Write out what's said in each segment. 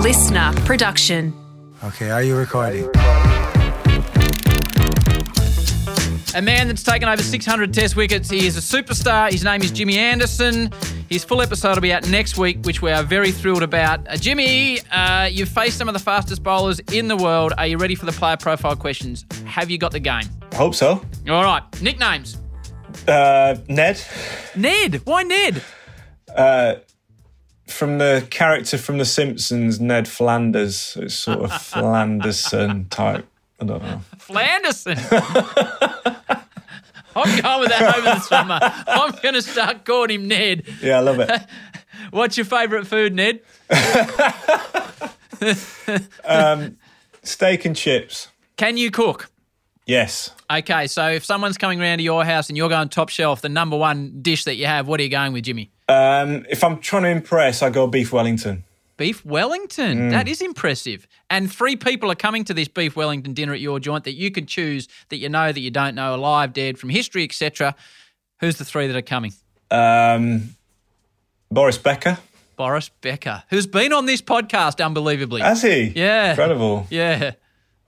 listener production. Okay, are you recording? A man that's taken over 600 test wickets. He is a superstar. His name is Jimmy Anderson. His full episode will be out next week, which we are very thrilled about. Uh, Jimmy, uh, you've faced some of the fastest bowlers in the world. Are you ready for the player profile questions? Have you got the game? I hope so. All right. Nicknames Uh, Ned Ned. Why Ned? from the character from The Simpsons, Ned Flanders. It's sort of Flanderson type. I don't know. Flanderson. I'm going with that over the summer. I'm going to start calling him Ned. Yeah, I love it. What's your favourite food, Ned? Steak and chips. Can you cook? Yes. Okay, so if someone's coming round to your house and you're going top shelf, the number one dish that you have, what are you going with, Jimmy? Um, if I'm trying to impress, I go beef Wellington. Beef Wellington. That is impressive. And three people are coming to this beef Wellington dinner at your joint that you could choose that you know that you don't know, alive, dead, from history, etc. Who's the three that are coming? Um, Boris Becker. Boris Becker, who's been on this podcast, unbelievably. Has he? Yeah. Incredible. yeah.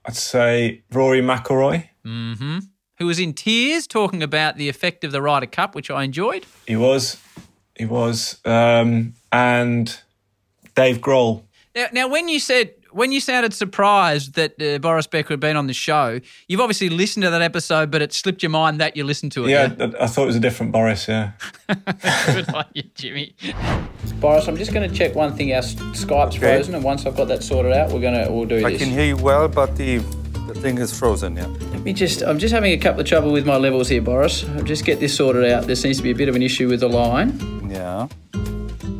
I'd say Rory McIlroy. Who was in tears talking about the effect of the Ryder Cup, which I enjoyed. He was. He was. Um, and Dave Grohl. Now, now, when you said when you sounded surprised that uh, Boris Becker had been on the show, you've obviously listened to that episode, but it slipped your mind that you listened to it. Yeah, I, I thought it was a different Boris. Yeah. Good on you, Jimmy. Boris, I'm just going to check one thing. Our Skype's frozen, and once I've got that sorted out, we're gonna we'll do I this. can hear you well, but the the thing is frozen. Yeah. Let me just. I'm just having a couple of trouble with my levels here, Boris. I'll just get this sorted out. There seems to be a bit of an issue with the line. Yeah.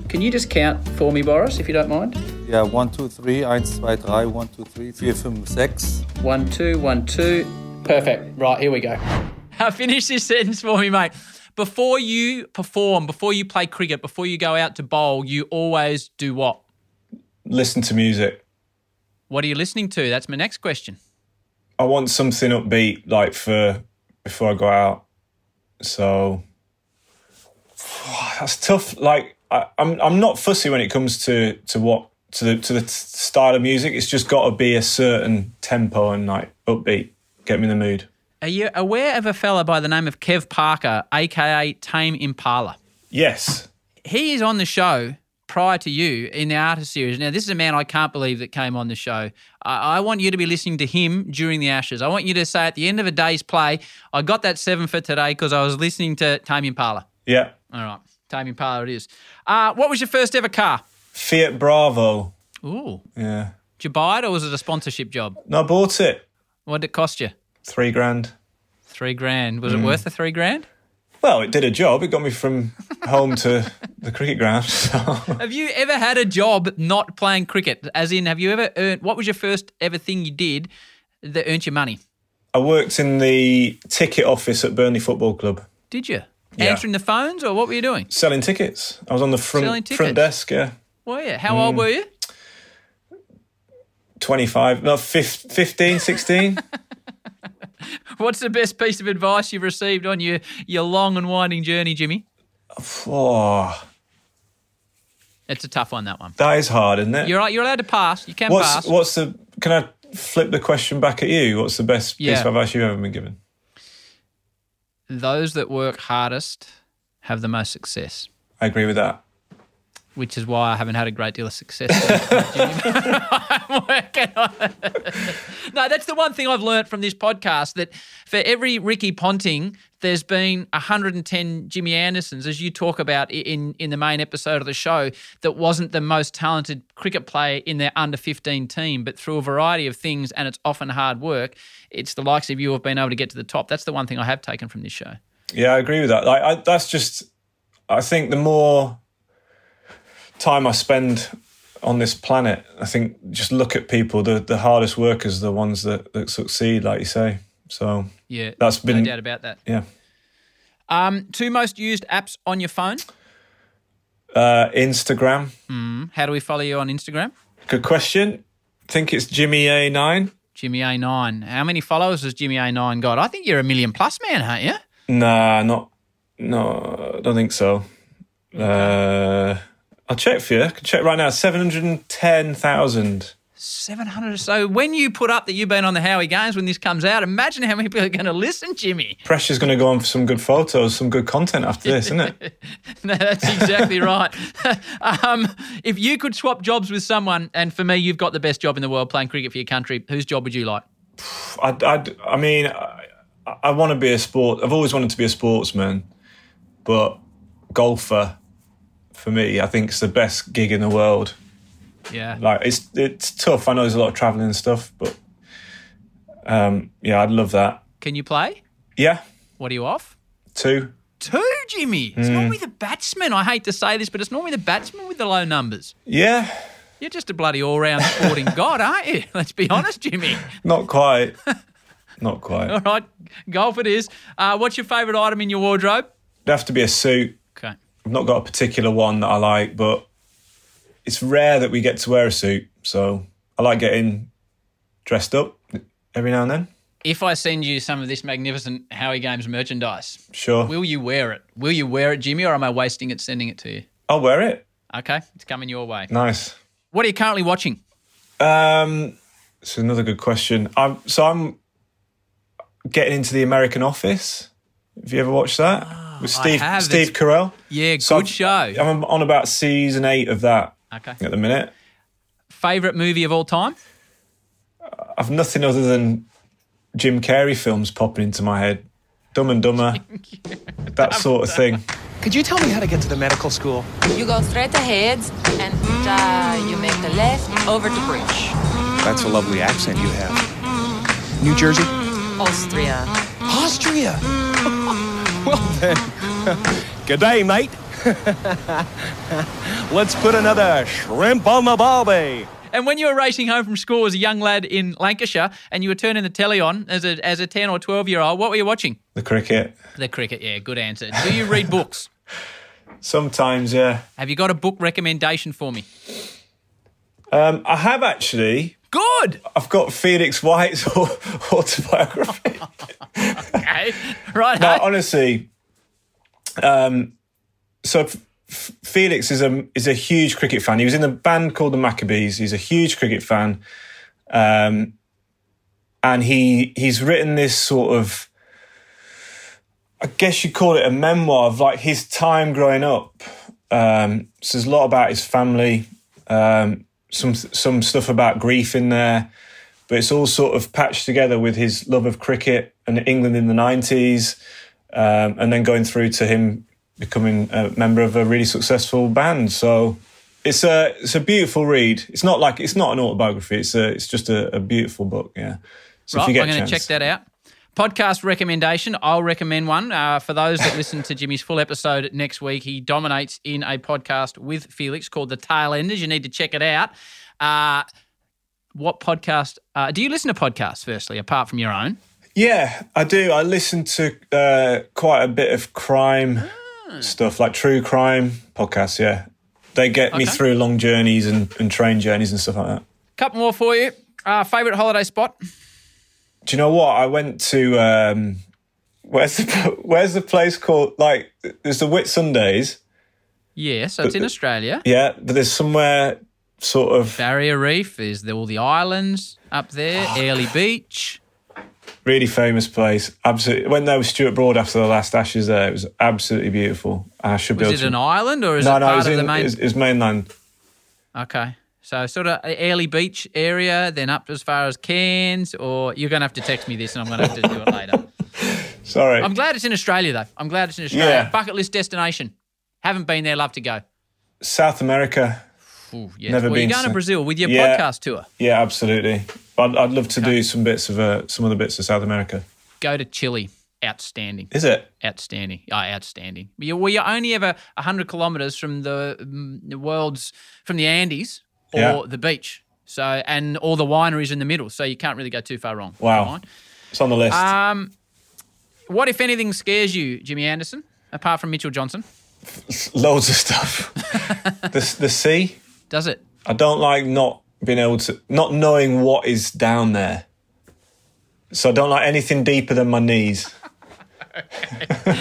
Can you just count for me, Boris, if you don't mind? Yeah. One, two, three. Eins, zwei, drei. One, two, three. Vier, fünf, sechs. One, two, one, two. Perfect. Right, here we go. Now finish this sentence for me, mate. Before you perform, before you play cricket, before you go out to bowl, you always do what? Listen to music. What are you listening to? That's my next question. I want something upbeat, like for before I go out. So that's tough. Like I, I'm, I'm not fussy when it comes to to what to the to the t- style of music. It's just got to be a certain tempo and like upbeat, get me in the mood. Are you aware of a fella by the name of Kev Parker, aka Tame Impala? Yes, He is on the show prior to you in the Artist series. Now, this is a man I can't believe that came on the show. I, I want you to be listening to him during the Ashes. I want you to say at the end of a day's play, I got that seven for today because I was listening to Tame Impala. yeah. All right, Tame Impala it is. Uh, what was your first ever car? Fiat Bravo. Ooh, Yeah. did you buy it or was it a sponsorship job? No, I bought it. What did it cost you? Three grand. Three grand. Was it worth the three grand? Well, it did a job. It got me from home to the cricket ground. So. Have you ever had a job not playing cricket? As in, have you ever earned? What was your first ever thing you did that earned you money? I worked in the ticket office at Burnley Football Club. Did you Yeah. answering the phones or what were you doing? selling tickets. I was on the Selling front tickets? front desk. Yeah, Were you? How Mm. old were you? twenty five, no, fif- 15, 16. What's the best piece of advice you've received on your your long and winding journey, Jimmy? oh, It's a tough one. That one. that is hard, isn't it? You're right. You're allowed to pass. You can what's pass. what's the? Can I flip the question back at you? What's the best Yeah. piece of advice you've ever been given? Those that work hardest have the most success. I agree with that. Which is why I haven't had a great deal of success. I'm working on it. No, that's the one thing I've learnt from this podcast that for every Ricky Ponting, there's been 110 Jimmy Andersons, as you talk about i- in, in the main episode of the show, that wasn't the most talented cricket player in their under 15 team. But through a variety of things, and it's often hard work, it's the likes of you who have been able to get to the top. That's the one thing I have taken from this show. Yeah, I agree with that. Like, I, that's just, I think the more time I spend on this planet, I think just look at people. The the hardest workers, are the ones that that succeed, like you say. So Yeah, That's no been- doubt about that. yeah. Um, two most used apps on your phone. Uh, Instagram. How do we follow you on Instagram? Good question. Think it's Jimmy A9? Jimmy A9. How many followers has Jimmy A9 got? I think you're a million plus man, aren't you? Nah, not. No, I don't think so. Uh, I'll check for you. I can check right now. Seven hundred and ten thousand. 700 or so. When you put up that you've been on the Howie Games when this comes out, imagine how many people are going to listen, Jimmy. Pressure's going to go on for some good photos, some good content after this, isn't it? no, that's exactly right. um, if you could swap jobs with someone, and for me, you've got the best job in the world playing cricket for your country, whose job would you like? I, I, I mean, I, I want to be a sport. I've always wanted to be a sportsman, but golfer for me, I think it's the best gig in the world. Yeah. Like it's it's tough. I know there's a lot of traveling and stuff, but um, yeah, I'd love that. Can you play? Yeah, What are you off? two. Two, Jimmy. It's normally the batsman. I hate to say this, but it's normally the batsman with the low numbers. Yeah, You're just a bloody all round sporting god, aren't you? Let's be honest, Jimmy. not quite. not quite. All It'd right, golf it is. Uh, what's your favourite item in your wardrobe? have to be a suit. Okay. I've not got a particular one that I like, but it's rare that we get to wear a suit, so I like getting dressed up every now and then. If I send you some of this magnificent Howie Games merchandise, Sure, will you wear it? Will you wear it, Jimmy, or am I wasting it sending it to you? I'll wear it. Okay, it's coming your way. Nice. What are you currently watching? Um, it's another good question. I'm so I'm getting into the American Office. Have you ever watched that with Steve Ah, have. Steve It's- Carell? Yeah, So good show. I'm, I'm on about season eight of that Okay. at the minute. Favorite movie of all time? I've nothing other than Jim Carrey films popping into my head. Dumb and Dumber, that sort of thing. Could you tell me how to get to the medical school? You go straight ahead and uh, you make the left over the bridge. That's a lovely accent you have. New Jersey? Austria. Austria! well then, good day, mate. Let's put another shrimp on the barbie. And when you were racing home from school as a young lad in Lancashire and you were turning the telly on as a, as a 10 or 12 year old, what were you watching? The cricket. The cricket, yeah, good answer. Do you read books? Sometimes, yeah. Have you got a book recommendation for me? Um, I have actually. Good! I've got Felix White's autobiography. Okay. Right, No, honestly, um, so F- F- Felix is a is a huge cricket fan. He was in a band called the Maccabees. He's a huge cricket fan, um, and he he's written this sort of, I guess you call it a memoir of like his time growing up. Um, so there's a lot about his family, um, some some stuff about grief in there. But it's all sort of patched together with his love of cricket and England in the 90s um, and then going through to him becoming a member of a really successful band. So it's a it's a beautiful read. It's not like it's not an autobiography. It's a it's just a, a beautiful book. Yeah. So Right, if you get I'm a going to chance, check that out. Podcast recommendation. I'll recommend one uh, for those that listen to Jimmy's full episode next week. He dominates in a podcast with Felix called The Tailenders. You need to check it out. Uh, what podcast? Uh, do you listen to podcasts? Firstly, apart from your own, Yeah, I do. I listen to uh, quite a bit of crime Ah. stuff, like true crime podcasts. Yeah, they get me Okay. through long journeys and, and train journeys and stuff like that. couple more for you. Uh, favorite holiday spot? do you know what? I went to um, where's the where's the place called? Like, there's the Whit Sundays, Yeah, so Uh, it's in Australia. yeah, but there's somewhere sort of Barrier Reef is the, all the islands up there. Early Beach. really famous place. Absolutely, went there with Stuart Broad after the last Ashes. There, it was absolutely beautiful. I should be Is able it to. an island or is no, it no, it part was, of the in, main? it, was, it was mainland. Okay. So sort of early beach area, then up as far as Cairns, or you're going to have to text me this and I'm going to have to do it later. Sorry, I'm glad it's in Australia, though. I'm glad it's in Australia. Yeah. Bucket list destination. Haven't been there, love to go. South America. Ooh, yes. Never well, you're been going to to- Brazil with your Yeah. podcast tour. Yeah, absolutely. I'd, I'd love to do some bits of uh, some other bits of South America. Go to Chile. Outstanding. Is it? Outstanding. Oh, outstanding. You- Well, you're only ever 100 kilometres from the, mm, the world's, from the Andes or Yeah. the beach. So, and all the wineries in the middle. So you can't really go too far wrong. Wow. Fine. It's on the list. Um, what, if anything, scares you, Jimmy Anderson, apart from Mitchell Johnson? Loads of stuff. the the sea. Does it? I don't like not being able to, not knowing what is down there. So I don't like anything deeper than my knees.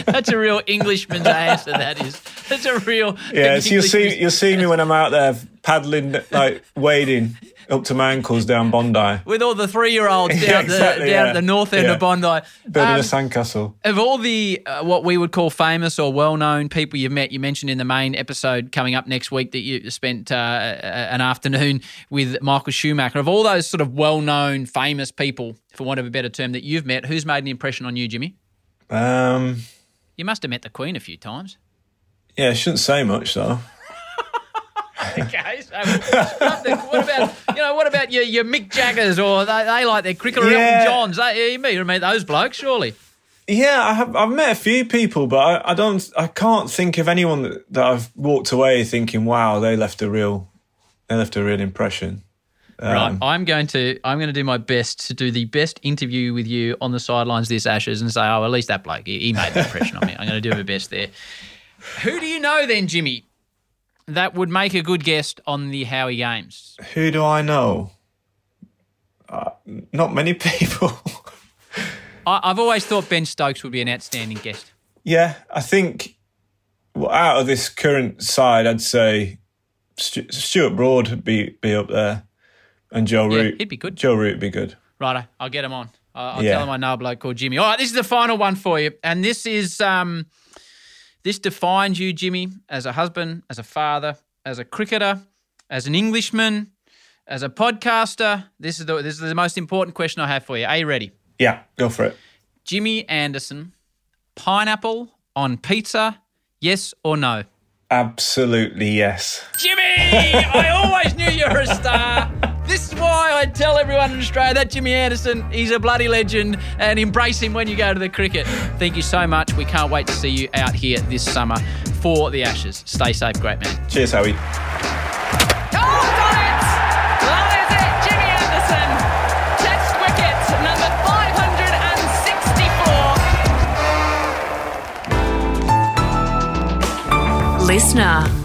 That's a real Englishman's answer. That is. That's a real. Yeah, so you'll see Englishman's- you'll see me when I'm out there paddling, like wading up to my ankles down Bondi, with all the three-year-olds down, Yeah, exactly, the, down yeah. at the north end Yeah. of Bondi. building Um, a sandcastle. of all the uh, what we would call famous or well-known people you've met, you mentioned in the main episode coming up next week that you spent uh, a- an afternoon with Michael Schumacher. Of all those sort of well-known, famous people, for want of a better term, that you've met, who's made an impression on you, Jimmy? Um, You must have met the Queen a few times. yeah, I shouldn't say much though. Okay, so Uh, what about you know what about your, your Mick Jaggers or they, they like their cricket or Elton Yeah. Johns? They, you meet, you meet those blokes surely. Yeah, I have, I've met a few people, but I, I don't. I can't think of anyone that, that I've walked away thinking, "Wow, they left a real, they left a real impression." Right, I'm going to I'm going to do my best to do the best interview with you on the sidelines this Ashes and say, oh, at least that bloke he, he made the impression on me. I'm going to do my best there. Who do you know then, Jimmy? That would make a good guest on the Howie Games. Who do I know? Uh, not many people. I, I've always thought Ben Stokes would be an outstanding guest. yeah, I think well, out of this current side, I'd say Stu- Stuart Broad would be be up there, and Joe Yeah, Root. he'd be good. Joe Root would be good. Righto, I'll get him on. I'll, I'll Yeah. tell him I know a bloke called Jimmy. All right, this is the final one for you, and this is um, this defines you, Jimmy, as a husband, as a father, as a cricketer, as an Englishman, as a podcaster. This is the this is the most important question I have for you. Are you ready, Yeah, go for it. Jimmy Anderson? Pineapple on pizza? Yes or no? Absolutely yes. Jimmy, I always knew you were a star. This is why I tell everyone in Australia that Jimmy Anderson, he's a bloody legend, and embrace him when you go to the cricket. Thank you so much. We can't wait to see you out here this summer for the Ashes. Stay safe, great man. Cheers, Howie. Oh, got it! That is it, Jimmy Anderson. Test wicket number 564. Listener.